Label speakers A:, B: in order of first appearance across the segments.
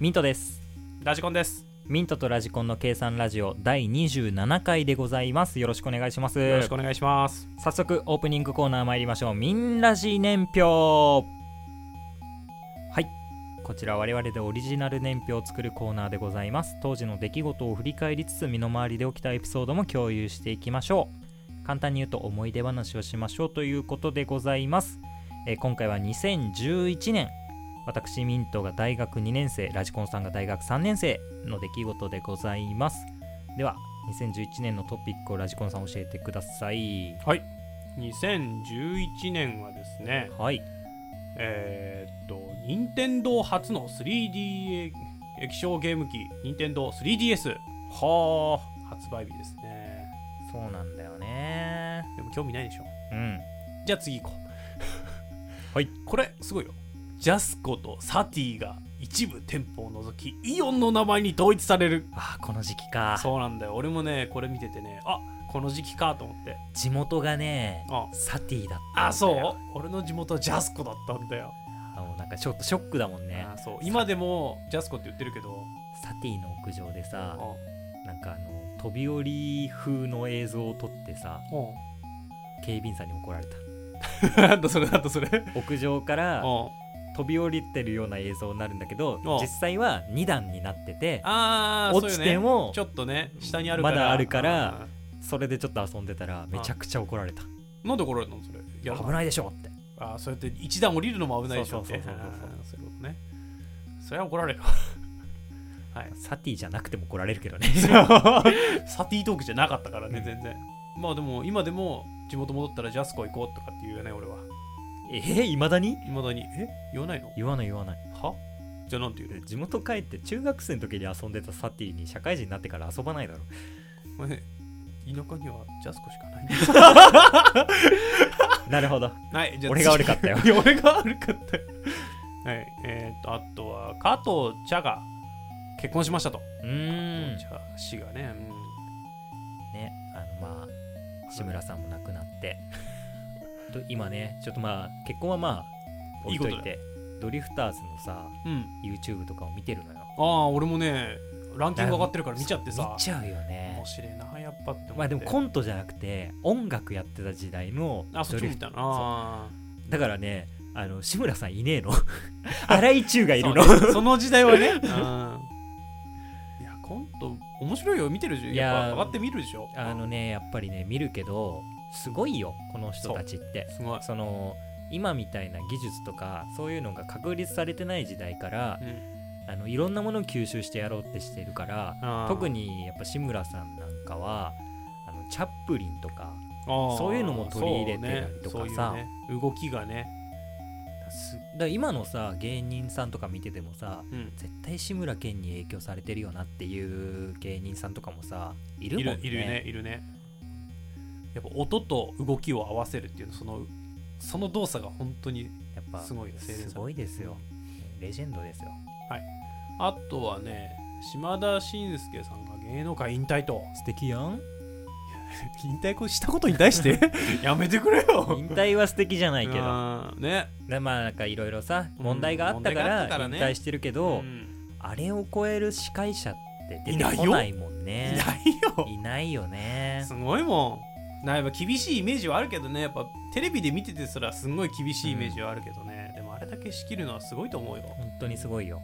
A: ミントです
B: ラジコンです
A: ミントとラジコンの計算ラジオ第27回でございますよろしくお願いします
B: よろしくお願いします
A: 早速オープニングコーナー参りましょうミンラジ年表はいこちら我々でオリジナル年表を作るコーナーでございます当時の出来事を振り返りつつ身の回りで起きたエピソードも共有していきましょう簡単に言うと思い出話をしましょうということでございます、えー今回は2011年私ミントが大学2年生ラジコンさんが大学3年生の出来事でございますでは2011年のトピックをラジコンさん教えてください
B: はい2011年はですね
A: はい
B: えー、っと任天堂初の 3D 液晶ゲーム機任天堂 3DS はあ発売日ですね
A: そうなんだよね
B: でも興味ないでしょ
A: うん
B: じゃあ次行こう
A: はい
B: これすごいよジャスコとサティが一部店舗を除きイオンの名前に統一される
A: あーこの時期か
B: そうなんだよ俺もねこれ見ててねあこの時期かと思って
A: 地元がね
B: あ
A: サティだった
B: あそう俺の地元はジャスコだったんだよ、
A: あもうなんかちょっとショックだもんね
B: あそう今でもジャスコって言ってるけど
A: サティの屋上で
B: あ
A: さなんかあの飛び降り風の映像を撮ってさ
B: お
A: 警備員さんに怒 られた
B: なんだそれなんだそれ
A: 屋上から
B: お
A: 飛び降りてるような映像になるんだけど
B: お
A: 実際は2段になってて
B: あー
A: 落ちて
B: そうよね
A: も
B: ちょっとね下にあるから
A: まだあるから
B: あ
A: それでちょっと遊んでたらめちゃくちゃ怒られた
B: ーなんでこれなのそれやる
A: 危ないでしょって
B: あーそうやって一段降りるのも危ないでしょって
A: そうそうそうそうそう
B: あーそういうことねそれは怒ら れるはい
A: サティじゃなくても怒られるけ どね
B: サティトークじゃなかったからね、
A: うん
B: 全然まあでも今でも地元戻ったらジャスコ行こうとかって言うよね俺は
A: えー、いまだに
B: いまだにえ言わないの
A: 言わない言わない
B: はじゃあなんて言う
A: 地元帰って中学生の時に遊んでたサティに社会人になってから遊ばないだろ
B: のお前田舎にはジャスコしかない
A: なるほど
B: はいじゃあ
A: 俺が悪かったよ
B: 次 いや俺が悪かったよはいえー、とあとは加藤茶が結婚しましたと、
A: うーん
B: 加藤茶氏がね、
A: ねあのまあ志村さんも亡くなってと今ねちょっとまあ結婚はまあ置いといてドリフターズのさ
B: うん、うん、
A: YouTube とかを見てるのよ
B: ああ俺もねランキング上がってるから見ちゃってさ
A: 見ちゃうよね
B: 面白いなやっぱって思って
A: まあでもコントじゃなくて音楽やってた時代の
B: あそっ
A: ド
B: ち
A: リ
B: 見
A: フ
B: たなあ
A: だからねあの志村さんいねえの 荒井中がい
B: ー
A: るの
B: そうねその時代はねうんいやコント面白いよ見てるでしょ
A: いやー
B: やっぱ上がって見るでしょ
A: あのねやっぱりね見るけどすごいよこの人たちって
B: すごい
A: そ、の今みたいな技術とかそういうのが確立されてない時代から
B: うん
A: あのいろんなものを吸収してやろうってしてるから
B: あー
A: 特にやっぱ志村さんなんかはあのチャップリンとか
B: あー
A: そういうのも取り入れてたりとかさ
B: そうねそういうね動きがね
A: すだから今のさ芸人さんとか見ててもさ
B: うん
A: 絶対志村けんに影響されてるよなっていう芸人さんとかもさいる
B: い
A: もん
B: る
A: ね
B: いるねいるねやっぱ音と動きを合わせるっていうそのその動作が本当に
A: やっぱ
B: すごいよ整然
A: すごいですよレジェンドですよ
B: あとはね島田紳介さんが芸能界引退と
A: 素敵やん
B: 引退したことに対して やめてくれよ
A: 引退は素敵じゃないけど
B: あーね
A: でまあなんかいろいろさ
B: うん
A: 問題があったか
B: 問題があ
A: ら
B: ったから
A: 引
B: ね
A: 退してるけど、
B: うん
A: あれを超える司会者って出て
B: い
A: こ
B: な
A: ないいもん
B: い
A: ね
B: ないよ
A: いないよね
B: すごいもんなやっぱ厳しいイメージはあるけどねやっぱテレビで見ててすらすごい厳しいイメージはあるけどね、でもあれだけ仕切るのはすごいと思うよ
A: 本当にすごいよ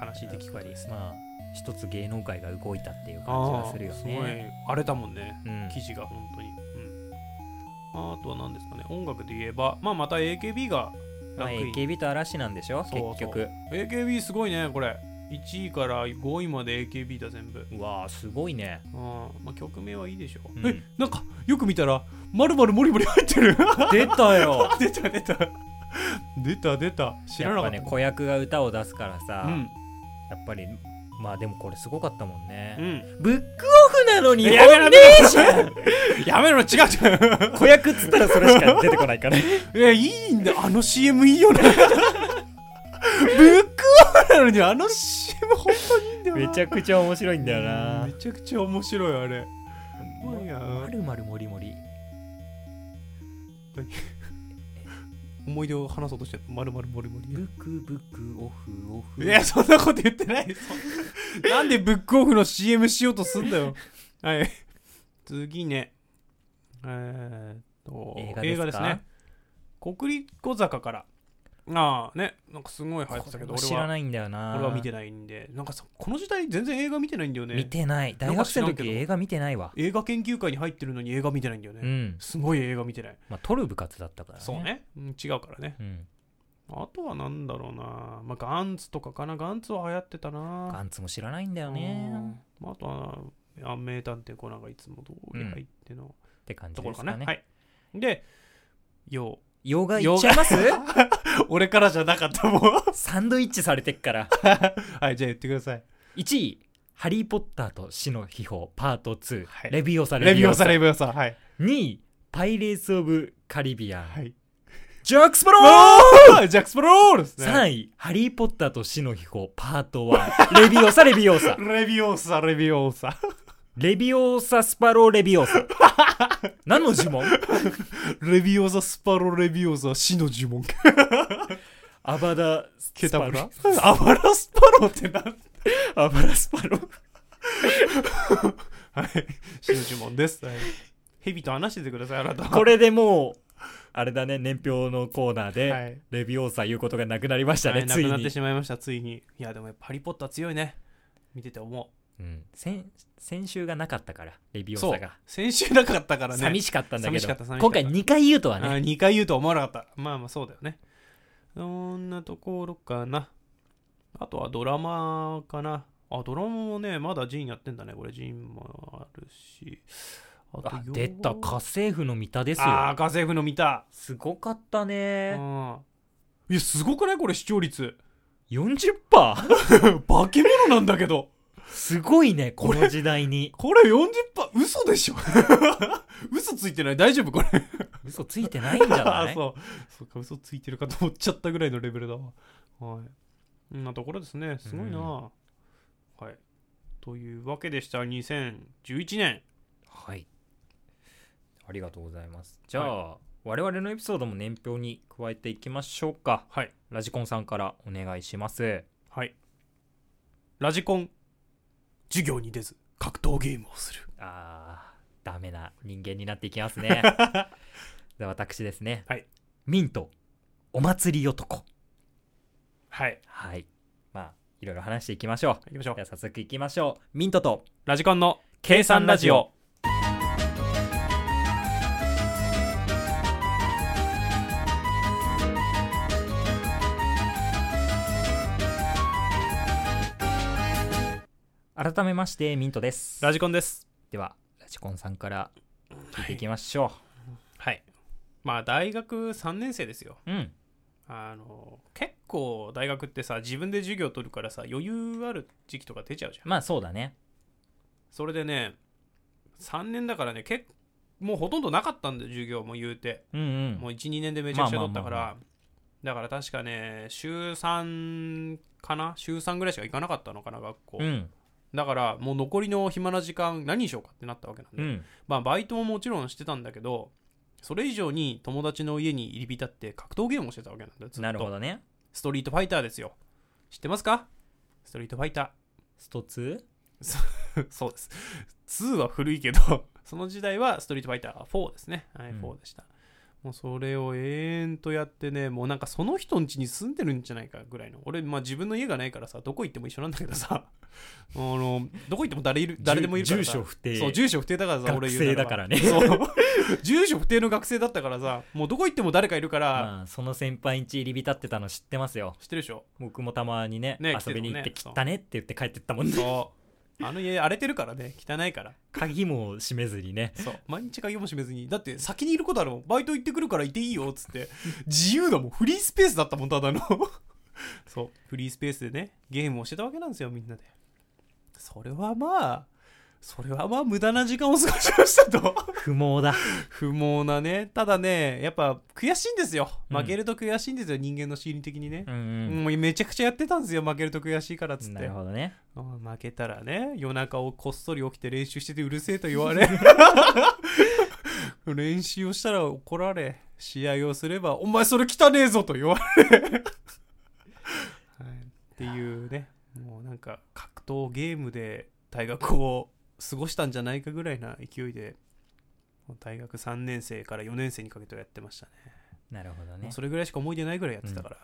B: 悲しい出来事ですね
A: まあ一つ芸能界が動いたっていう感じがするよ
B: あーすご
A: ね
B: い荒れたもんね
A: うん
B: 記事が本当に、うん、あとは何ですかね音楽で言えば、まあ、また AKB が
A: まあ、
B: ランクイン
A: AKB と嵐なんでしょ
B: そうそう
A: 結局
B: AKB すごいねこれ1位から5位まで AKB だ全部
A: うわーすごいね
B: あーまあ曲名はいいでしょ、
A: うん
B: えなんかよく見たらまるまるもりもり入ってる
A: 出たよ
B: 出た出た出た出た知ら
A: や
B: な
A: っ
B: か
A: ぱ
B: った
A: ね子役が歌を出すからさ、
B: うん
A: やっぱりまあでもこれすごかったもん
B: う
A: ね、
B: ん、
A: ブックオフなの に
B: やめろ
A: やめじゃん
B: やめろ違う違 う
A: 子役っつったらそれしか出てこないから
B: いやいいんだあの CM いいよねブックオフなのにあの CM 本当にいいんだよな
A: めちゃくちゃ面白いんだよ
B: う
A: なん
B: めちゃくちゃ面白いあれうまいな
A: まるまるもりもり。
B: 何思い出を話そうとしてまるまるもりもり
A: ブクブクオフオフ
B: いやそんなこと言ってないですなんでブックオフの CM しようとすんだよはい次ねえー、っと
A: 映画ですか
B: ね国立小坂からああねなんかすごい流行ってたけ
A: こ
B: ど
A: れ
B: 俺
A: 知ら
B: は
A: ないんだよな
B: 俺は見てないんでなんかさこの時代全然映画見てないんだよ
A: 見
B: ね
A: てない大学生の時映画見てないわ
B: 映画研究会に入ってるのに映画見てないんだよね、
A: うん
B: すごい映画見てない
A: まあ撮る部活だったからね
B: そうね、うん、違うからね
A: うん
B: あとはなんだろうな、まあ、ガンツとかかなガンツは流行ってたな
A: ガンツも知らないんだ
B: だ
A: よね
B: あとはあ名探偵コナンがいつも通り入っての
A: って感じ
B: と
A: で
B: ころ
A: す
B: か
A: か
B: ね,、
A: ね
B: はいでよ
A: 洋画いっちゃいます
B: う 俺からじゃなかったもん
A: サンドイッチされてっから
B: はいじゃあ言ってください
A: 1位「ハリー・ポッターと死の秘宝パート2」
B: はい
A: レビオサ
B: レ
A: レ
B: ビ
A: ビ
B: ュー
A: オ
B: さ
A: サ
B: レビューさはい
A: 2位「パイレーツ・オブ・カリビアン」
B: はい
A: ジャック・スパロー
B: おージャックスプロールですね
A: 3位「ハリー・ポッターと死の秘宝パート1」レビオサレビオサ
B: レビューさレビューさ
A: レビオサスパローレビオサ何の呪文
B: レビューさスパロレビューさ死の呪 文
A: アバダ
B: ケ
A: ス
B: タ
A: パ
B: ブラ
A: ロ
B: アバラスパロってなんアバラスパロ はい。新呪文です。はい。ヘビと話しててください、あなたは。
A: これでもうあれだね年表のコーナーで、
B: はい。
A: レビオーサ言うことがなくなりましたね、
B: はい
A: つ
B: なく
A: い
B: なって
A: に、
B: しまいました、ついに。いや、でもやっぱハリーポッター強いね。見てて思
A: うん、先先週がなかったからレビ
B: う。
A: オーサが
B: 先週なかったからね。
A: 寂しかったんだけ
B: 寂しかった
A: ど
B: 寂し
A: 今
B: かった
A: 回2回言うとは
B: あ
A: ね
B: 2回言うとは思わなかった。まあまあ、そうだよね。そんなところかな。あとはドラマかな。あ、ドラマもね、まだジンやってんだね。これ、ジンもあるし。あ
A: あ出た家
B: か
A: 政婦の三田です
B: ああ
A: よ
B: ー、家政婦の見た。
A: すごかった
B: うん
A: ね。
B: いや、すごくないこれ視聴率。
A: 40%?
B: 化け物なんだけど。
A: すごいねこの時代に
B: これ40%、嘘でしょ 嘘ついてない大丈夫これ。
A: 嘘ついてないんじゃ
B: あ
A: な
B: あ、
A: い
B: そう。そうか、嘘ついてるかと思っちゃったぐらいのレベルだわ。はい。こんなところですね。すごいな、
A: うん
B: はい。というわけでした。2011年。
A: はいありがとうございますじゃあ、我々のエピソードも年表に加えていきましょうか
B: はい。
A: ラジコンさんからお願いします
B: はい。ラジコン。授業に出ず、格闘ゲームをする。
A: あーダメな人間になっていきます ねで私ですね、
B: はい
A: ミントお祭り男
B: はい。
A: はいまあいろいろ話していきましょ
B: 行きましょ
A: う
B: う
A: で。は早速いきましょうミントと
B: ラジコンの計算ラジオ。
A: 改めましてミントです
B: ラジコンです。
A: ではラジコンさんから聞いていき
B: はい
A: ましょ
B: はい。まあ、大学3年生ですよ。
A: う、うん
B: あの、結構大学ってさ、自分で授業取るからさ、余裕ある時期とか出ちゃうじゃん。
A: まあそうだね
B: それでね、3年だからね、結もうほとんどなかったんだよ、授業も言うて。
A: うんうん
B: もう1、2年でめちゃくちゃ取った
A: まあま
B: から。だから確かね、週3かな週3ぐらいしか行かなかったのかな、学校。
A: うん
B: だから、もう残りの暇な時間、何しようかってなったわけなんで。
A: うん
B: まあ、バイトももちろんしてたんだけど、それ以上に友達の家に入り浸って格闘ゲームをしてたわけなんだよ。ずっと
A: なるほどね
B: ストリートファイターですよ。知ってますかストリートファイタ
A: スト 2?
B: ー。 そうです。2は古いけど、 その時代はストリートファイター4ですね。はい、
A: うん
B: 4でした。もうそれを永遠とやってね、もうなんかその人ん家に住んでるんじゃないかぐらいの。俺、まあ自分の家がないからさ、どこ行っても一緒なんだけどさ、 あの、どこ行っても誰いる誰でもいるから
A: 住
B: さ。
A: 所不定
B: そう住所不定だからさ
A: 学
B: 俺言う
A: 生だ
B: な
A: からら
B: ば
A: ね
B: そう 住所不定の学生だったからさもうどこ行っても誰かいるから、
A: まあその先輩ん家入り浸ってたの知ってますよ
B: 知ってるでしょ
A: 僕もたまにね
B: ね
A: 遊びに行って
B: 来て
A: き
B: たもんね
A: たねって言って帰ってったもんね
B: そうあの家荒れてるからね汚いから
A: 鍵も閉めずにね
B: そう毎日鍵も閉めずにだって先にいることあるもんバイト行ってくるからいていいよっつって自由だもんフリースペースだったもんただの そうフリースペースでねゲームをしてたわけなんですよみんなでそれはまあそれはまあ無駄な時間を過ごしましたと
A: 不毛だ
B: 不毛なねただねやっぱ悔しいんですよ
A: うん
B: 負けると悔しいんですよ、人間の心理的にね
A: う、んうん
B: もうめちゃくちゃやってたんですよ負けると悔しいからっつっ
A: な
B: て
A: るほどね
B: うん負け たらね夜中をこっそり起きて練習しててうるせえと言われ練習をしたら怒られ試合をすれば「お前それ汚ねえぞ」と言われ、 はい、っていうねもうなんか格闘ゲームで大学を過ごしたんじゃないかぐらいな勢いで大学3年生から4年生にかけてはやってましたね
A: なるほど
B: も
A: ね
B: うそれぐらいしか思い出ないぐらいやってたから、っ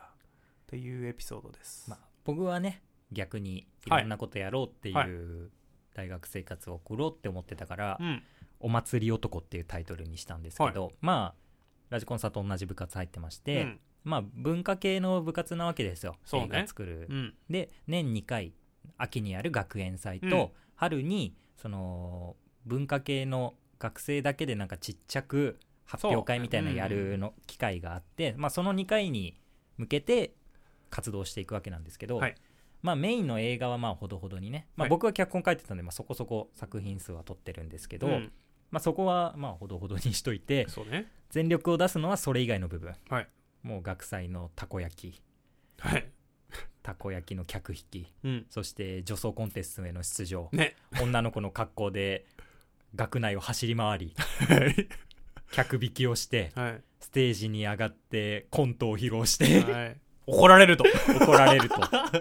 B: ていうエピソードです、
A: まあ、僕はね逆にい
B: はい
A: ろんなことやろうって
B: はい
A: いう大学生活を送ろうって思ってたから「
B: うん
A: お祭り男」っていうタイトルにしたんですけど、まあラジコンさんと同じ部活入ってまし
B: う
A: て、
B: ん
A: まあ文化系の部活なわけですよ
B: そうね
A: 映画作る、
B: うん
A: で年2回秋にやる学園祭と、
B: うん
A: 春にその文化系の学生だけでなんかちっちゃく発表会みたいなのや
B: そううんうんう
A: るの機会があって、まあ、その2回に向けて活動していくわけなんですけど、
B: はい
A: まあ、メインの映画はまあほどほどにね、ま
B: は
A: あ、
B: い
A: 僕は脚本書いてたんで、まあ、そこそこ作品数は取ってるんですけど、
B: うん
A: まあ、そこはまあほどほどにしとい て
B: そうね
A: 全力を出すのはそれ以外の部分、
B: はい
A: もう学祭のたこ焼き
B: はい
A: たこ焼きの客引き
B: うん
A: そして女装コンテストへの出場
B: ね
A: 女の子の格好で学内を走り回り 客引きをして
B: はい
A: ステージに上がってコントを披露して、
B: はい、怒られると。
A: 怒られると
B: は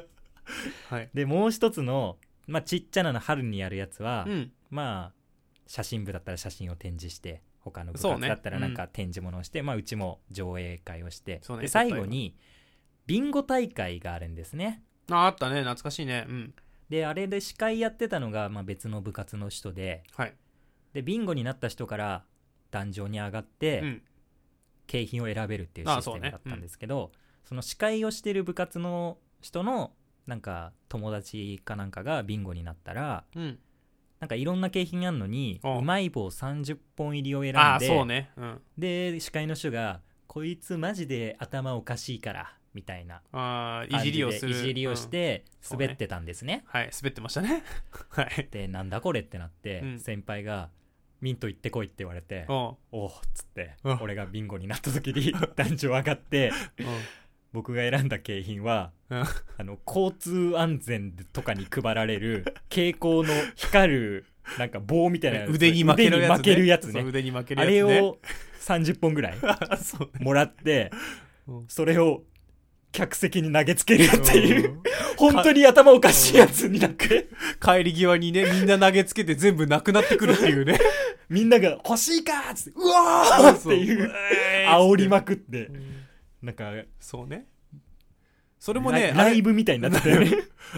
B: い。
A: でもう一つの、まあ、ちっちゃなの春にやるやつは、
B: うん。
A: まあ写真部だったら写真を展示して他の部
B: そう
A: 活
B: ね
A: だったらなんか展示物をしてう,、まあ、うちも上映会をして、
B: そうね
A: で最後にビンゴ大会があるんですね
B: あ、あったね。懐かしいね。うん。
A: であれで司会やってたのが、まあ、別の部活の人で
B: はい。
A: でビンゴになった人から壇上に上がって、
B: うん。
A: 景品を選べるっていう
B: あ
A: シス
B: そ
A: テ
B: う
A: ム
B: ね
A: だったんですけどそ,、の司会をしてる部活の人のなんか友達かなんかがビンゴになったら
B: うん。
A: なんかいろんな景品あんのに
B: うん
A: うまい棒30本入りを選んで
B: ああ、そうね。うん。
A: で司会の人が「こいつマジで頭おかしいから」みたいな
B: ああ、
A: 感
B: い
A: じ
B: じ
A: で
B: りをする。
A: いじりをし
B: うん
A: て
B: そうね
A: 滑ってたんですね。
B: はい。滑ってましたね。 はい。
A: でなんだこれってなって、
B: うん
A: 先輩が「ミント行ってこい」って言われて
B: おう。
A: 「おう」っつって
B: うん
A: 俺がビンゴになった時 に団長上がって。僕が選んだ景品は、
B: うん
A: あの交通安全とかに配られる蛍光の光るなんか棒みたいなやつ
B: うん、腕に負けるやつ、
A: 腕に負けるやつ
B: ね。そう
A: ね
B: 腕に負ける
A: あ
B: やつ、
A: れ
B: ね。
A: を30本ぐらい
B: あ そうね。
A: もらって
B: うん
A: それを客席に投げつけるっていううん 本当に頭おかしいやつになっ て
B: 帰り際にね、みんな投げつけて全部なくなってくるってい うね。
A: みんなが「欲しいか!」っつって「うわー!」っ
B: そう
A: ていう
B: えー
A: 煽りまくって
B: うん
A: なんか
B: そうね。それもね、
A: ラ
B: あ
A: ラ
B: れ
A: イブみたいになってたよね、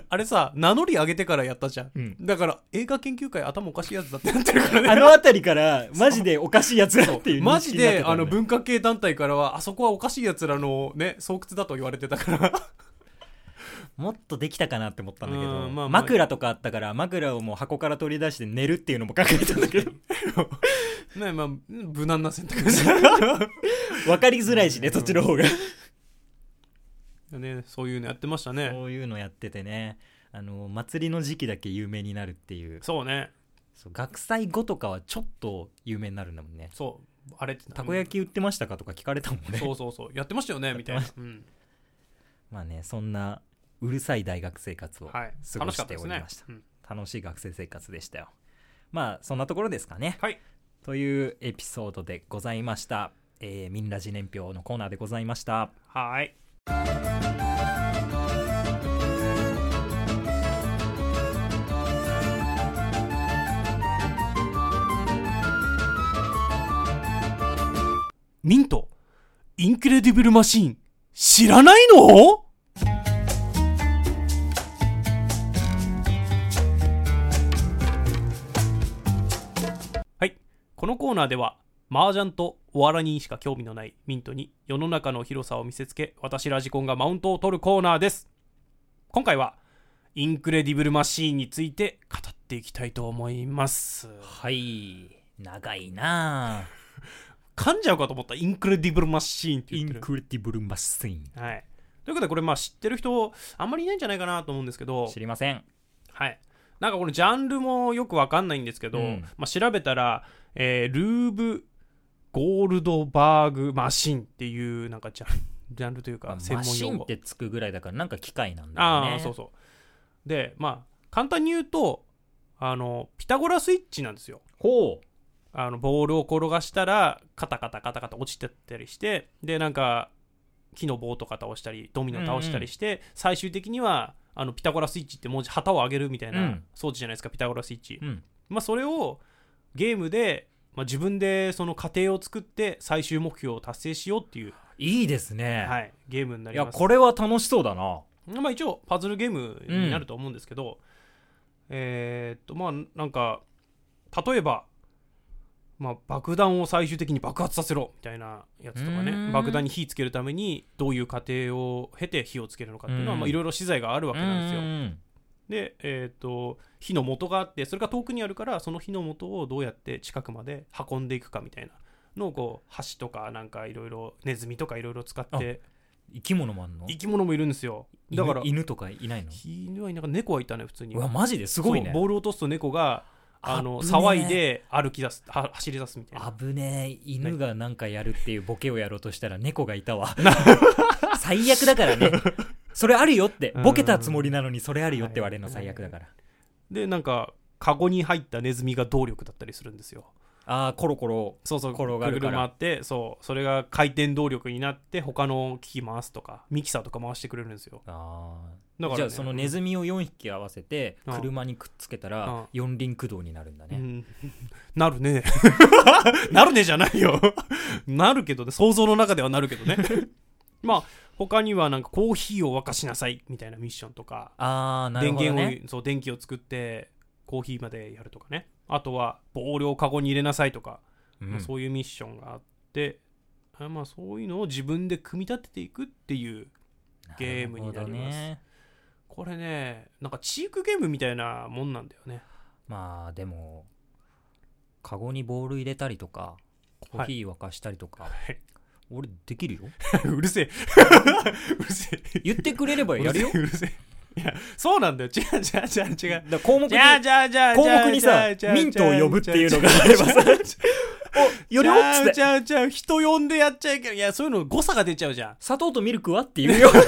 B: あれさ、名乗り上げてからやったじゃん。
A: うん
B: だから、映画研究会頭おかしいやつだってなってるからね。
A: あの辺りからマジでおかしいやつらっていう
B: マ
A: 認
B: ジ
A: 識になって
B: で、
A: たよ
B: あ
A: ね
B: の、文化系団体からは、あそこはおかしい奴らのね、巣窟だと言われてたから。
A: もっとできたかなって思ったんだけど、
B: うんまあまあ
A: 枕とかあったから枕をもう箱から取り出して寝るっていうのも考えたんだけ ど
B: ね、まあ、無難な選 択です。
A: 分かりづらいしねそっちの方が
B: ね、そういうのやってましたね。
A: そういうのやっててねあの祭りの時期だけ有名になるっていう
B: そうね。
A: そう学祭後とかはちょっと有名になるんだもんね
B: そう。あれって
A: たこ焼き売ってましたかとか聞かれたもんね
B: そうそうそう。やってましたよね、みたい な
A: や。
B: うん。
A: まあねそんなうるさい大学生活を
B: はい。
A: 過ご
B: 楽しか
A: し
B: った
A: て
B: で
A: お
B: す
A: り
B: ね
A: ました。
B: うん
A: 楽しい学生生活でしたよまあそんなところですかね
B: はい
A: というエピソードでございましたえー、ミンラジ年表のコーナーでございました
B: はーい。ミント、インクレディブルマシーン、知らないのはい。このコーナーでは、麻雀とお笑いにしか興味のないミントに世の中の広さを見せつけ、私ラジコンがマウントを取るコーナーです。今回は、インクレディブルマシーンについて語っていきたいと思います。
A: はい長いなあ
B: 噛んじゃうかと思った、インクレディブルマシーンって
A: イ
B: 言って
A: ン
B: る。
A: クレディブルマシン
B: はい。ということで、これ、まあ、知ってる人、あんまりいないんじゃないかなと思うんですけど
A: 知、りません
B: はい。なんかこのジャンルもよくわかんないんですけど、
A: うん
B: まあ、調べたら、えールーブ・ゴールドバーグ・マシンっていう、なんかジャンジャンルという
A: まあ
B: か、専
A: マ
B: 門
A: シ
B: 用
A: ンっ
B: 語。
A: てつくぐらいだからなんか機械なんだよね
B: ああ、そうそう。で、まあ、簡単に言うと、あの、ピタゴラスイッチなんですよ。
A: ほう
B: あのボールを転がしたらカタカタカタカタ落ちてったりしてでなんか木の棒とか倒したりドミノ倒したりして、最終的にはあのピタゴラスイッチって文字旗を上げるみたい
A: うん
B: な装置じゃないですか、ピタゴラスイッチ、
A: うん
B: まあ、それをゲームで、まあ、自分でその過程を作って最終目標を達成しようっていう、
A: いいですね、、
B: はい、ゲームにないり
A: や
B: ます
A: これは楽しそうだな
B: まあ、一応パズルゲームになると思うんですけど、えーっとまあなんか例えば、まあ、爆弾を最終的に爆発させろみたいなやつとか
A: うーん
B: ね爆弾に火つけるためにどういう過程を経て火をつけるのかっていう
A: う
B: の
A: ん
B: はまあいろいろ資材があるわけなんですよ。
A: うん
B: で、えー、と火の元があってそれが遠くにあるからその火の元をどうやって近くまで運んでいくかみたいなのをこう箸とかなんかいろいろネズミとかいろいろ使って
A: 生き物もあんの
B: 生き物もいるんですよだから
A: 犬犬とかいないの
B: 犬はいなんかん猫はいたね普通に
A: うわマジですごいね
B: そうボールを落とすと猫があの
A: 危ねえ
B: 騒いで歩き出すは走り出すみたいな
A: 危ねえ犬がなんかやるっていうボケをやろうとしたら猫がいた わ最悪だからねそれあるよって
B: うん
A: ボケたつもりなのにそれあるよって言われるの最悪だから、
B: でなんかカゴに入ったネズミが動力だったりするんですよ
A: ああコロコロ
B: そうそう
A: 転がる
B: ぐ
A: から
B: るぐる回ってそうそれが回転動力になって他の機器回すとかミキサーとか回してくれるんですよ
A: あー
B: だから、
A: じ
B: ね、
A: ゃあそのネズミを4匹合わせて
B: うん
A: 車にくっつけた
B: う
A: ら
B: ん
A: 四輪駆動になるんだ
B: う
A: ね、
B: ん、 なるね なるねじゃないよ なるけどね想像の中ではなるけどね まあ他にはなんかコーヒーを沸かしなさいみたいなミッションとか、
A: ああなる
B: 電
A: ほど
B: 源を
A: ね
B: そう電気を作ってコーヒーまでやるとかねあとはボールをカゴに入れなさいとか、
A: うん
B: まあそういうミッションがあってあまあそういうのを自分で組み立てていくっていうゲームになりま
A: る
B: す
A: ほどね
B: これねなんかチークゲームみたいなもんなんだよね
A: まあでもカゴにボール入れたりとかコーヒー沸かしたりとか、
B: い
A: 俺できるよ
B: うるせえうるせえ
A: 言ってくれればやるよ
B: うるせえうるせえいやそうなんだよ違う違う違う違う
A: だから項目に
B: じゃあじゃあじゃあ
A: 項目にさミントを呼ぶっていうのがあればさおより
B: じ
A: ょっつ
B: ゃ
A: っ
B: あ
A: て
B: じゃあじゃあ人呼んでやっちゃいけないいやそういうの誤差が出ちゃうじゃん
A: 砂糖とミルクはって言うよ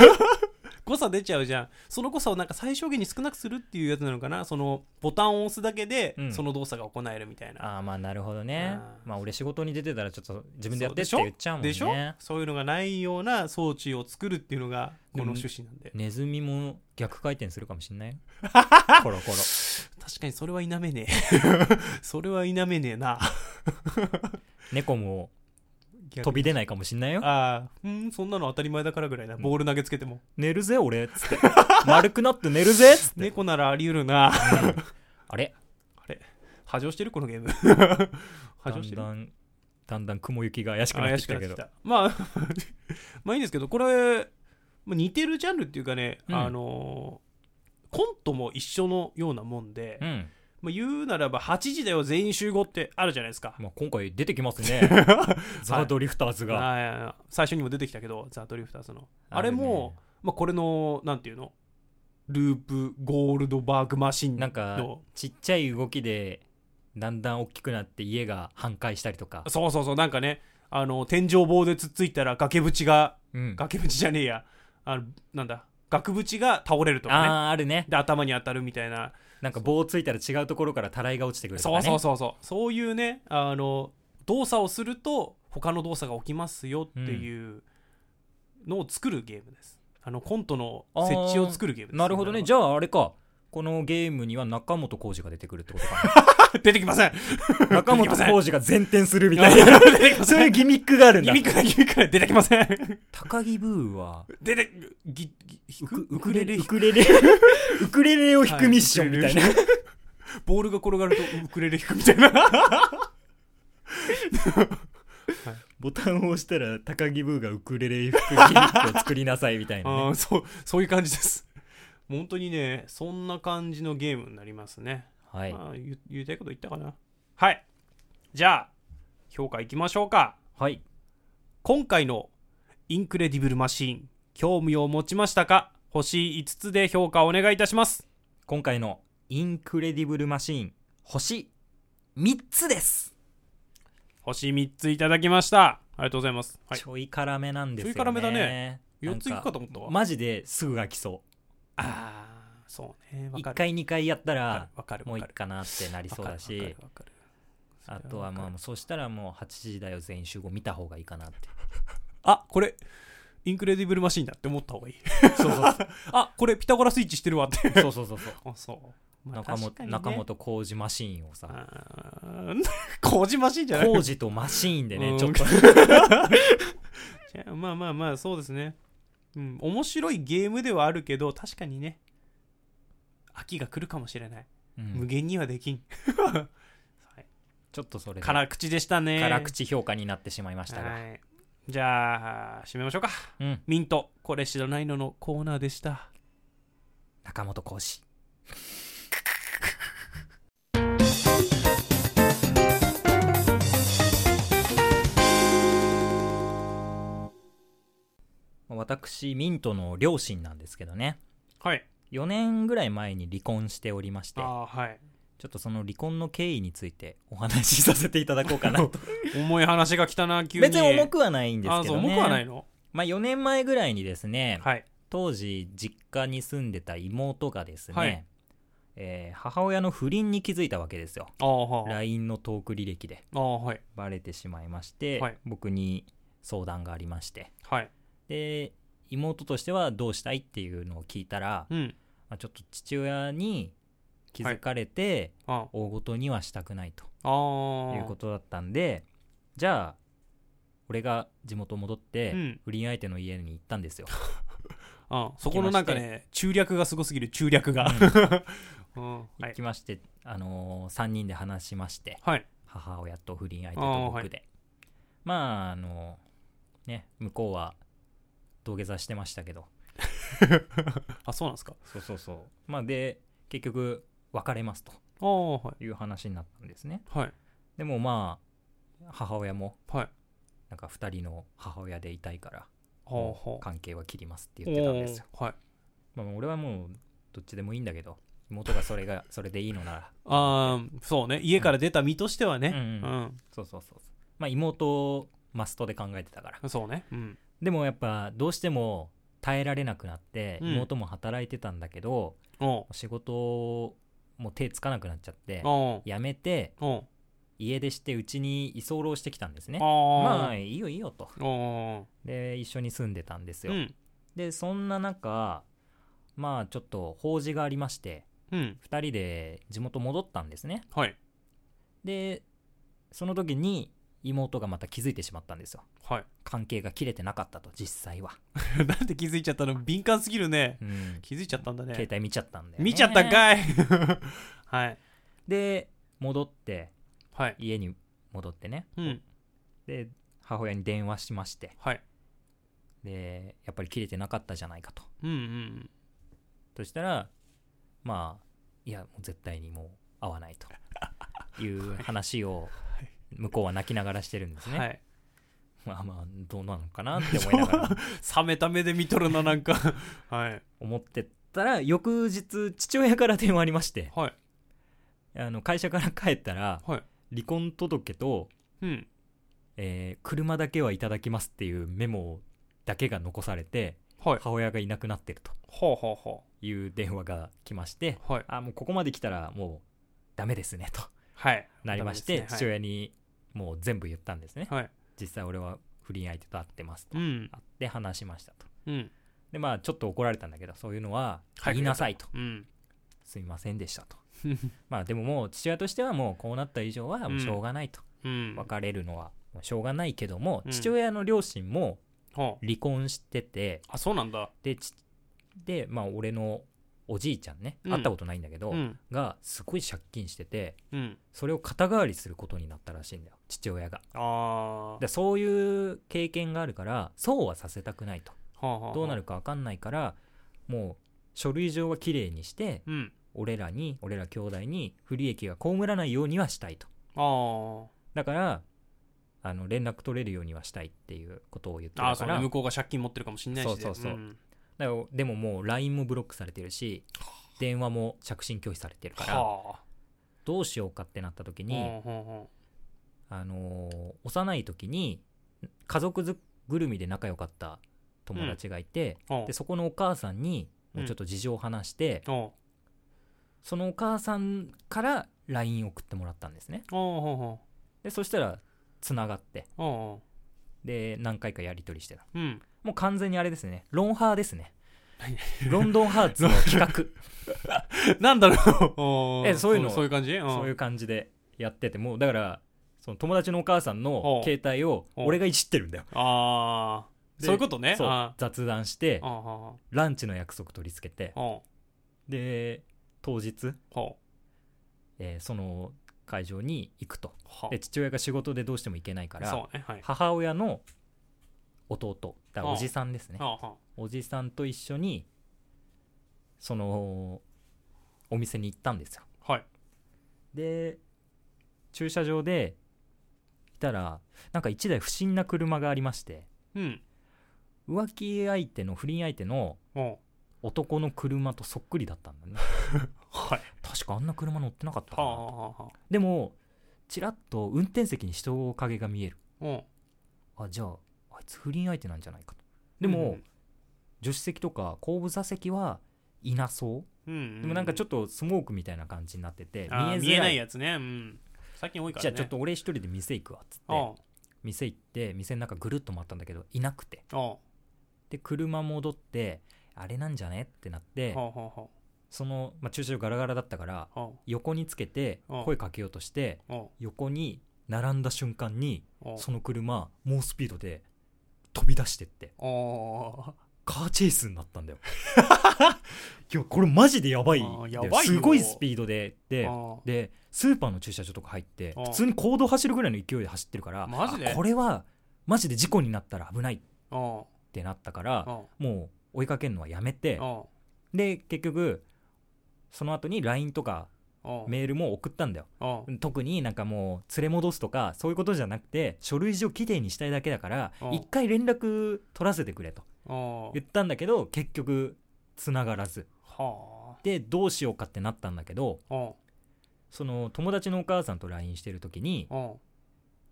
B: 誤差出ちゃうじゃんその誤差をなんか最小限に少なくするっていうやつなのかなそのボタンを押すだけで
A: うん
B: その動作が行えるみたいな、
A: ああまあなるほどね
B: あー
A: まあ俺仕事に出てたらちょっと自分でやってって
B: そうでしょ
A: 言っちゃうもんね
B: でしょそういうのがないような装置を作るっていうのがこの趣旨なんで
A: ネズミも逆回転するかもしん ないよコロコロ
B: 確かにそれは否めねえ それは否めねえな
A: 猫も飛び出ないかもしんないよ
B: ああうんそんなの当たり前だからぐらいなボール投げつけても、
A: 寝るぜ俺っつって 丸くなって寝るぜっつって
B: 猫ならあり得るな
A: あれ
B: 波状してるこのゲーム 波
A: だ
B: 状し
A: ん
B: てる
A: だんだんだん雲行きが怪しくなっ
B: 怪
A: てき
B: しくな
A: た
B: っ
A: け
B: てき
A: ど
B: たまあ まあいいんですけどこれまあ似てるジャンルっていうかね、
A: うん
B: あのーコントも一緒のようなもんで、
A: うん、
B: まあ、言うならば8時だよ全員集合ってあるじゃないですか、
A: まあ、今回出てきます ねザ・ドリフターズが、
B: あー最初にも出てきたけどザ・ドリフターズのあれ
A: るね
B: も、まあ、これのなんていうのループゴールドバーグマシンの
A: なんかちっちゃい動きでだんだん大きくなって家が半壊したりとか、
B: そうそうそうなんかねあの天井棒でつっついたら崖縁が
A: うん、あ
B: 崖縁じゃねえやあのなんだ額縁が倒れるとかね
A: あーあるね
B: で頭に当たるみたいな
A: なんか棒ついたら違うところからたらいが落ちてくるとか、
B: そう
A: ね、
B: そうそうそうそういうねあの動作をすると他の動作が起きますよっていうのを作るゲームですあのコントの設置を作るゲームです
A: なるほどねじ
B: ゃ
A: ゃああれかこのゲームには中本浩二が出てくるってことか
B: あ出てきません
A: な 中本浩二が前転するみたいな
B: 出てきま
A: そうい
B: せ
A: うんギミックがあるん
B: ギ
A: だ
B: ミックなギミックな出てきません
A: 高木ブーは
B: 出てぎぎひ
A: ウ
B: く
A: ク
B: ウクレレ
A: ウ
B: 弾く
A: ク レレウクレレを弾くミッションみたいな、
B: はボールが転がるとウクレレ弾くみたいな
A: ボタンを押したら高木ブーがウクレレ弾くギミックを作りなさいみたいな、ね
B: あ、ーそうそういう感じですもう本当にねそんな感じのゲームになりますね、
A: はい
B: まあ、言う言いたいこと言ったかなはいじゃあ評価いきましょうか
A: はい
B: 今回のインクレディブルマシーン興味を持ちましたか星5つで評価お願いいたします
A: 今回のインクレディブルマシーン星3つです、
B: 星3ついただきましたありがとうございます、はい
A: ち、ょい辛めなんですよね
B: ちょい辛めだね
A: なん
B: 4ついくかと思ったわ、
A: マジですぐ飽きそ
B: あーそうね
A: う
B: わか
A: 1
B: る
A: 回2回やったら
B: わかる
A: もう
B: わ
A: いい
B: かる
A: かなってなりそうだ
B: わか
A: し
B: るわかるわかる
A: あとはまあそしたらもう8時だよ全員集合見た方がいいかなって
B: あこれインクレディブルマシーンだって思った方がいい
A: そうそう
B: あこれピタゴラスイッチしてるわって
A: そうそうそうそう
B: あそう、
A: 中本中
B: 本
A: 本工事マシーンをさ
B: 工事マシーンじゃない
A: 工事とマシーンで
B: う
A: ね
B: ん
A: ちょっと
B: じゃあ まあまあまあそうですねうん面白いゲームではあるけど確かにね秋が来るかもしれない、
A: うん
B: 無限にはできんはい
A: ちょっとそれで
B: 辛口でしたね
A: 辛口評価になってしまいましたが
B: はいじゃあ締めましょうか
A: うん
B: ミントこれ知らないののコーナーでした
A: 中本工事私ミントの両親なんですけどね
B: はい
A: 4年ぐらい前に離婚しておりまして
B: ああはい
A: ちょっとその離婚の経緯についてお話しさせていただこうか なと
B: 重い話が来たな急に
A: 別に重くはないんです
B: あ
A: け
B: そう
A: どね
B: 重くはないの
A: まあ、4年前ぐらいにですね、
B: はい
A: 当時実家に住んでた妹がですね、
B: はい
A: えー母親の不倫に気づいたわけですよ
B: ああはい
A: LINE のトーク履歴で
B: ああはい
A: バレてしまいまして、
B: はい
A: 僕に相談がありまして
B: はい
A: で妹としてはどうしたいっていうのを聞いたら、
B: うん
A: まあ、ちょっと父親に気づかれて
B: あ
A: 大ごとにはしたくないと
B: ああ
A: いうことだったんで、じゃあ俺が地元戻って
B: うん
A: 不倫相手の家に行ったんですよ、
B: あそこのなんかね中略がすごすぎる中略が、 うんは
A: 行
B: い
A: きまして、あのー、3人で話しまして
B: はい
A: 母親と不倫相手と僕で、まああのね向こうは土下座してましたけど
B: あそうなんですか
A: そうそうそうまあで結局別れますと
B: ああはい
A: いう話になったんですね
B: はい
A: でもまあ母親も
B: はい
A: なんか2人の母親でいたいから
B: はあはあ
A: 関係は切りますって言ってたんですよ、
B: おーはい
A: まあ、俺はもうどっちでもいいんだけど妹がそれがそれでいいのなら
B: ああそうね家から出た身としてはね
A: うんそうそうそうそうまあ妹をマストで考えてたから
B: うんそうねうん
A: でもやっぱどうしても耐えられなくなって、
B: うん
A: 妹も働いてたんだけど
B: おう
A: 仕事をもう手つかなくなっちゃって
B: お
A: 辞めて
B: うおう
A: 家出してうちに居候してきたんですねま
B: あ
A: あいいよいいよと
B: あお
A: で一緒に住んでたんです
B: う
A: よ、
B: うん
A: でそんな中まあちょっと法事がありまして
B: うん
A: 2人で地元戻ったんですね
B: はい
A: でその時に妹がまた気づいてしまったんですよ
B: はい
A: 関係が切れてなかったと実際は、
B: なんで気づいちゃったの敏感すぎるね
A: うん
B: 気づいちゃったんだね
A: 携帯見ちゃったんで、
B: 見ちゃったんかい はい
A: で戻って
B: はい
A: 家に戻ってね
B: うん
A: で母親に電話しまして
B: はい
A: でやっぱり切れてなかったじゃないかと
B: うんうん
A: そしたらまあいやもう絶対にもう会わないという話を
B: い
A: 向こうは泣きながらしてるんですね、
B: はい
A: まあまあどうなのかなって思いながら
B: 冷めた目で見とるななん かはい
A: 思ってたら翌日父親から電話ありまして
B: はい
A: あの会社から帰ったら
B: はい
A: 離婚届と、
B: うん
A: えー車だけはいただきますっていうメモだけが残されて
B: はい
A: 母親がいなくなってると
B: ほうほうほ
A: いう電話が来まして
B: うはい
A: あもうここまで来たらもうダメですね と
B: はい
A: なりまして、
B: ダメです
A: 父
B: ね
A: 親にもう全部言ったんですね、
B: はいはい
A: 実際俺は不倫相手と会ってますと、
B: うん
A: 会って話しましたと
B: うん
A: でまあちょっと怒られたんだけどそういうのは
B: 早く
A: 言いなさいと、
B: うん
A: すみませんで したとまあでももう父親としてはもうこうなった以上はもうしょうがないと、
B: うん
A: 別れるのはもうしょうがないけども、
B: うん
A: 父親の両親も
B: ほう
A: 離婚してて
B: あそうなんだ
A: でちでまあ俺のおじいちゃんね、
B: うん
A: 会ったことないんだけど、
B: うん
A: がすごい借金してて
B: うん
A: それを肩代わりすることになったらしいんだよ父親が
B: ああ
A: でそういう経験があるからそうはさせたくないとどうなるか分かんないからもう書類上は綺麗にして
B: うん
A: 俺らに俺ら兄弟に不利益が被らないようにはしたいと
B: あー
A: だからあの連絡取れるようにはしたいっていうことを言って
B: あー
A: た
B: そ
A: か
B: うね
A: ら
B: 向こうが借金持ってるかもしれないしね
A: そうそうそうんだからでももう LINE もブロックされてるし電話も着信拒否されてるから
B: はあ
A: どうしようかってなった時に、
B: ほうほうほ
A: あのー幼い時に家族ずぐるみで仲良かった友達がいて、
B: うほう
A: でそこのお母さんにもうちょっと事情を話して、
B: ほ
A: そのお母さんから LINE 送ってもらったんですね
B: うほうほう
A: でそしたらつながって
B: うんうん
A: で何回かやり取りしてた
B: うん
A: もう完全にあれですねロンハーですね
B: 何
A: ロンドンハーツの企画
B: なん だろう
A: えそういうの
B: そう いう感じ
A: そういう感じでやっててもうだからその友達のお母さん
B: お
A: の
B: う
A: 携帯を
B: おう
A: 俺がいじってるんだよ
B: ああ
A: で
B: そういうことね
A: そう
B: あ
A: 雑談して
B: ーあ
A: ランチの約束取り付けて
B: ーあー
A: で当日、
B: ほ
A: えーその会場に行くと
B: うは
A: で父親が仕事でどうしても行けないから
B: そうねはい
A: 母親の弟だからおじさんですね
B: あーは
A: おじさんと一緒にそのお店に行ったんですよ
B: ーはい
A: で駐車場でいたらなんか1台不審な車がありまして
B: うん
A: 浮気相手の不倫相手の
B: うん
A: 男の車とそっくりだった んだね
B: はい
A: 確かあんな車乗ってなかったか
B: はあ
A: な
B: はあはあはあ
A: でもちらっと運転席に人影が見える
B: うん
A: あじゃああいつ不倫相手なんじゃないかとでも、助手席とか後部座席はいなそう
B: うんうん
A: でもなんかちょ
B: っ
A: っとスモークみたいな感じになってて見え
B: と見え
A: づら
B: ない
A: い
B: やつねうん最近多いから
A: じゃ
B: ね
A: あちょっと俺一人で店行くわっつっ
B: う
A: て店行って店の中ぐるっと回ったんだけどいなくて
B: んうん
A: で車戻ってあれなんじゃねってなって
B: ほうほうほ
A: その、まあ、駐車場ガラガラだったから
B: うほ
A: 横につけて
B: うん
A: 声かけようとして
B: うほ
A: 横に並んだ瞬間に
B: うほう
A: その車猛スピードで飛び出してって
B: あ
A: カーチェイスになったん だよいやこれマジでやばいんだよ
B: あーやばいよ
A: すごいスピードで
B: ー
A: で
B: あー
A: でスーパーの駐車場とか入って
B: うん
A: 普通に公道走るぐらいの勢いで走ってるから
B: マジで
A: あこれはマジで事故になったら危ないっ
B: うん
A: てなったから
B: うん
A: もう追いかけるのはやめて
B: う
A: で結局その後に LINE とか
B: んうん
A: メールも送ったんだよ
B: うん
A: 特になんかもう連れ戻すとかそういうことじゃなくて書類上きれいにしたいだけだから
B: うん
A: 一回連絡取らせてくれと
B: うん
A: 言ったんだけど結局繋がらず
B: は
A: でどうしようかってなったんだけど
B: あうん
A: その友達のお母さんと LINE してる時に
B: うん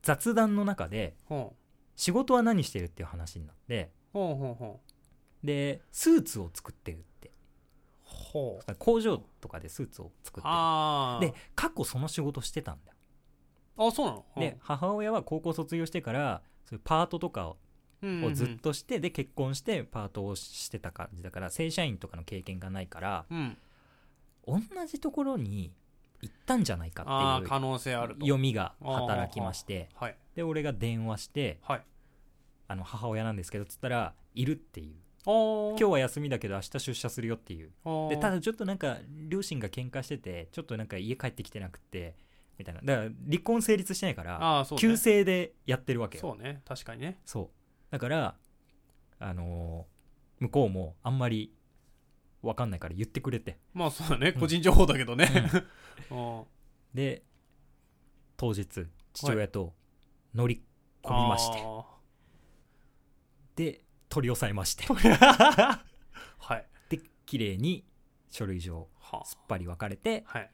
A: 雑談の中で
B: ほ
A: 仕事は何してるっていう話になって
B: うほうほうほう
A: でスーツを作ってるって
B: ほう
A: 工場とかでスーツを作ってる
B: ああ
A: で過去その仕事してたんだよ
B: あそうなの
A: で母親は高校卒業してからそういうパートとかを
B: うん
A: をずっとしてで結婚してパートをしてた感じだから正社員とかの経験がないから
B: うんうん
A: 同じところに行ったんじゃないかっ
B: ああ
A: てい
B: 可能性ある
A: う
B: と
A: 読みが働きまして
B: はい
A: で俺が電話して
B: はい
A: あの母親なんですけどっつったらいるっていう
B: お
A: 今日は休みだけど明日出社するよっていう
B: 日
A: でただちょっとなんか両親が喧嘩しててちょっとなんか家帰ってきてなくてみたいなだから離婚成立してないから
B: ああそうね
A: 旧姓でやってるわけよ
B: そうね確かにね
A: そうだからあのー向こうもあんまり分かんないから言ってくれて
B: まあそうだね
A: うん
B: 個人情報だけどね うん
A: で当日父親と乗り込みまして、
B: あ
A: で 取り押さえまして
B: ーはい
A: で綺麗に書類上
B: は
A: すっぱり分かれてっ
B: あはい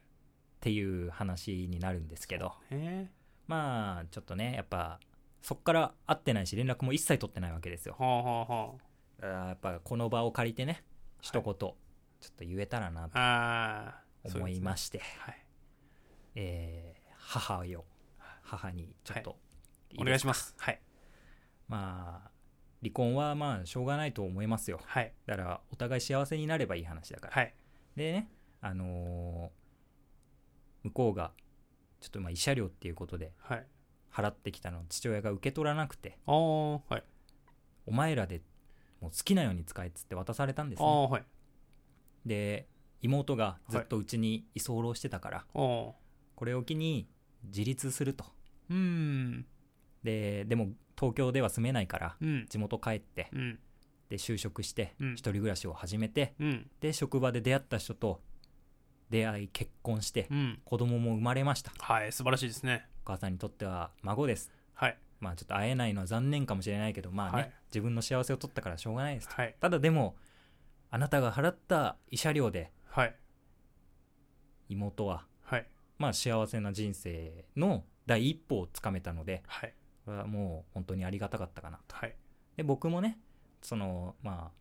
A: ていう話になるんですけど
B: へえ
A: まあちょっとねやっぱそっから会ってないし連絡も一切取ってないわけですよ
B: はあはあは
A: あーやっぱこの場を借りてね一言ちょっと言えたらな
B: あ
A: と
B: ああ
A: 思いま
B: し
A: して
B: たはい
A: えー母よ母にちょっと、
B: お願いし
A: ま
B: ますはい
A: まあ離婚はまあしょうがないと思いますよ
B: はい
A: だからお互い幸せになればいい話だから、
B: はい
A: でねあのー向こうがちょっとまあ慰謝料っていうことで
B: はい
A: 払ってきたのを父親が受け取らなくて
B: ああはい
A: お前らでもう好きなように使えっつって渡されたんです
B: あ
A: ね
B: あはい
A: で妹がずっとうちに居候してたから、
B: ああ
A: これを機に自立すると
B: うん
A: ででも東京では住めないから
B: うん
A: 地元帰って
B: うん
A: で就職して
B: うん
A: 一人暮らしを始めて
B: うん
A: で職場で出会った人と出会い結婚して
B: うん
A: 子供も生まれました
B: はい素晴らしいですね
A: お母さんにとっては孫です
B: はい
A: まあちょっと会えないのは残念かもしれないけどまあね、
B: はい
A: 自分の幸せを取ったからしょうがないですと
B: はい
A: ただでもあなたが払った慰謝料で
B: はい
A: 妹は
B: はい
A: まあ幸せな人生の第一歩をつかめたので
B: はい
A: これはもう本当にありがたかったかな
B: はい
A: で僕もねそのまあ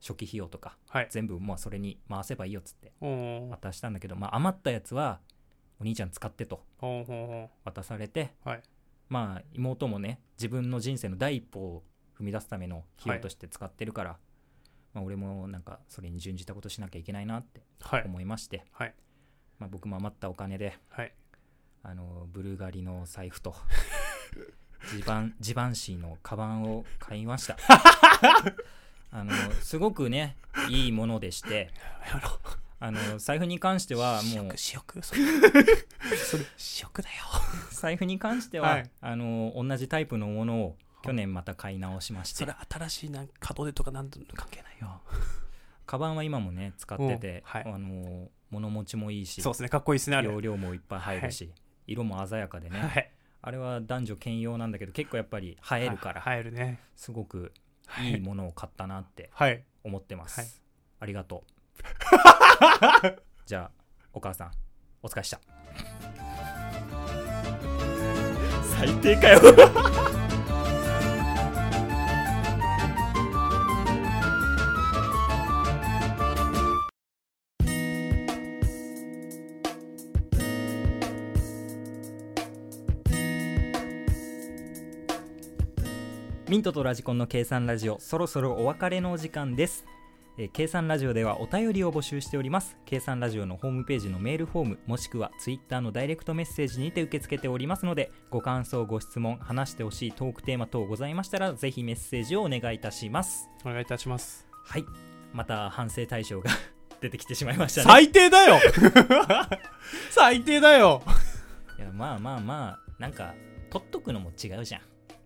A: 初期費用とか
B: はい
A: 全部まあそれに回せばいいよっつって
B: おー
A: 渡したんだけど、まあ、余ったやつはもうお兄ちゃん使ってと
B: ほうほ
A: 渡されて、
B: はい
A: まあ妹もね自分の人生の第一歩を踏み出すための費用として使ってるから、まあ、俺もなんかそれに準じたことしなきゃいけないなって
B: うほうはい
A: 思いまして、
B: はい
A: まあ、僕も余ったお金で
B: はい
A: あのブルガリの財布とジバンジバンシーのカバンを買いましたあのすごくねいいものでして
B: やろう
A: あの財布に関してはもう
B: 試食 それそれ試食だよ
A: 財布に関しては、
B: はい
A: あの同じタイプのものを去年また買い直しまして
B: それ新しいなんか門出とかなんとも関係ないよ
A: カバンは今もね使ってて、
B: うんはい
A: あの物持ちもいいし
B: そうですねかっこいいですねあれ
A: 容量もいっぱい入るし、色も鮮やかでね、
B: はい
A: あれは男女兼用なんだけど結構やっぱり映えるから、
B: 入るね
A: すごく
B: はい
A: いものを買ったなって
B: はい
A: 思ってます、
B: はい
A: ありがとう じゃあお母さんお疲れっした最低かよミントとラジコンの計算ラジオそろそろお別れのお時間です、えー計算ラジオではお便りを募集しております計算ラジオのホームページのメールフォームもしくはツイッターのダイレクトメッセージにて受け付けておりますのでご感想ご質問話してほしいトークテーマ等ございましたらぜひメッセージをお願いいたします
B: お願いいたします
A: はいまた反省対象が 出てきてしまいましたね
B: 最低だよ 最低だよ
A: いやまあまあまあなんか取っとくのも違うじゃん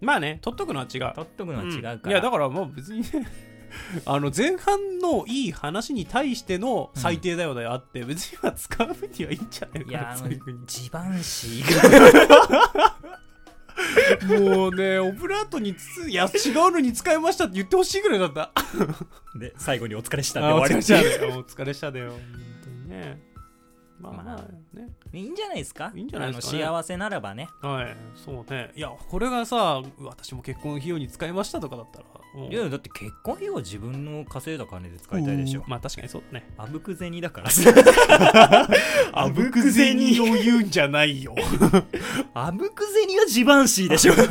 B: まあね取っとくのは違う
A: 取っとくのは違うから、
B: んいやだからまあ別にね あの前半のいい話に対しての最低だよであって、別には使う分にはいいんじゃない
A: い
B: か
A: や
B: な
A: あ
B: そう
A: の
B: いうふうに
A: 地盤師
B: もうねオブラートにつついや違うのに使いましたって言ってほしいぐらいだった
A: が で最後にお疲れしたって
B: あ
A: 終
B: お
A: わ
B: 疲
A: り
B: れしただよお疲れしただよ本当にねまあ
A: まあ
B: まあね
A: いいんじゃないですか
B: いいんじゃないですかね
A: あの幸せならばね。
B: はいそうねいやこれがさ私も結婚費用に使いましたとかだったらもう
A: いやだって結婚費用は自分の稼いだ金で使いたいでしょ。
B: まあ確かにそうだね
A: あぶく銭だから。
B: あぶく銭を言うんじゃないよ
A: あぶく銭はジバンシーでしょ。い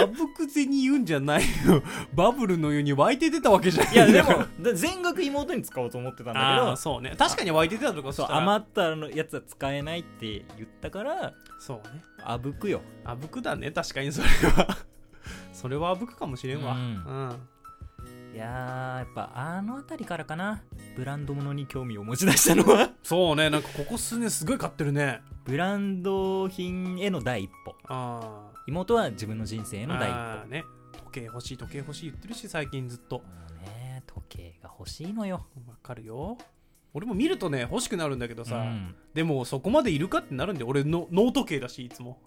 B: あぶく銭言うんじゃないよバブルのように湧いて出たわけじゃない
A: やでもだ全額妹に使おうと思ってたんだけ
B: あ
A: ど
B: あ、そうね確かに湧いて出たとか
A: そう
B: したら
A: 余ったのやつは使えないって言ったから、
B: そうね
A: あぶくよ。
B: あぶくだね確かにそれはそれはあぶくかもしれんわ
A: うん
B: うん
A: いやーやっぱあの辺りからかな。ブランド物に興味を持ち出したの は。
B: そうねなんかここ数年すごい買ってるね
A: ブランド品への第一歩。
B: ああ
A: 妹は自分の人生への第一歩。
B: あーね時計欲しい時計欲しい言ってるし最近ずっと
A: もうね時計が欲しいのよ。
B: わかるよ俺も見るとね欲しくなるんだけどさ、
A: うん
B: でもそこまでいるかってなるんで俺の脳時計だしいつも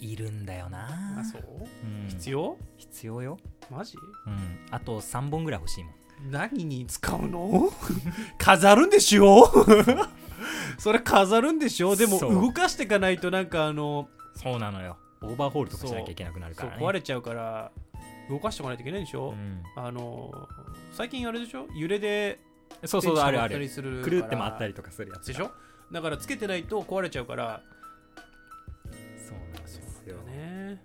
A: いるんだよな
B: あそう
A: うん
B: 必要
A: 必要よ、
B: マジ
A: うん、あと3本ぐらい欲しいもん
B: 何に使 うの飾るんでしょ それ飾るんでしょでも
A: そう
B: 動かしていかないとなんかあの
A: そうなのよオーバーホールとかしなきゃいけなくなる
B: そ
A: か
B: う
A: ら、ね、
B: 壊れちゃうから動かしておかないといけないんでし
A: う
B: ょ、
A: ん、
B: あの最近あれでしょ揺れで
A: そうそうあるあ
B: 電
A: る
B: 池止まったりする
A: 狂ってもあ
B: か
A: っ
B: ら
A: たりとかするやつ
B: でしょだからつけてないと壊れちゃうから
A: そうなんですよ
B: ね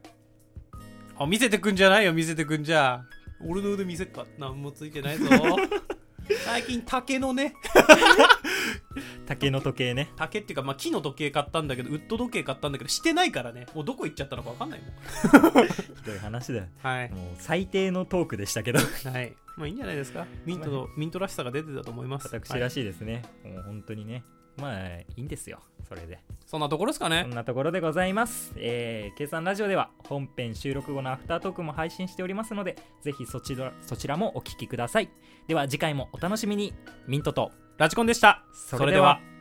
B: あ見せてくんじゃないよ見せてくんじゃ俺の腕見せっか何もついてないぞ 最近竹のね
A: 竹の時計ね
B: 竹っていうか、まあ、木の時計買ったんだけどウッド時計買ったんだけどしてないからねもうどこ行っちゃったのか分かんないもん
A: ひどい話 だよ
B: はい、
A: もう最低のトークでしたけ ど
B: はい、まあいいんじゃないですかミントのミントらしさが出てたと思います
A: 私
B: は
A: ら
B: い
A: しいですね、もう本当にねまあいいんですよそれで
B: そんなところですかね
A: こんなところでございます。えー、計算ラジオでは本編収録後のアフタートークも配信しておりますので、ぜひそちらそちらもお聞きください。では次回もお楽しみに。ミントと、
B: ラジコンでした
A: そ
B: そ
A: れ
B: れ
A: で
B: では
A: は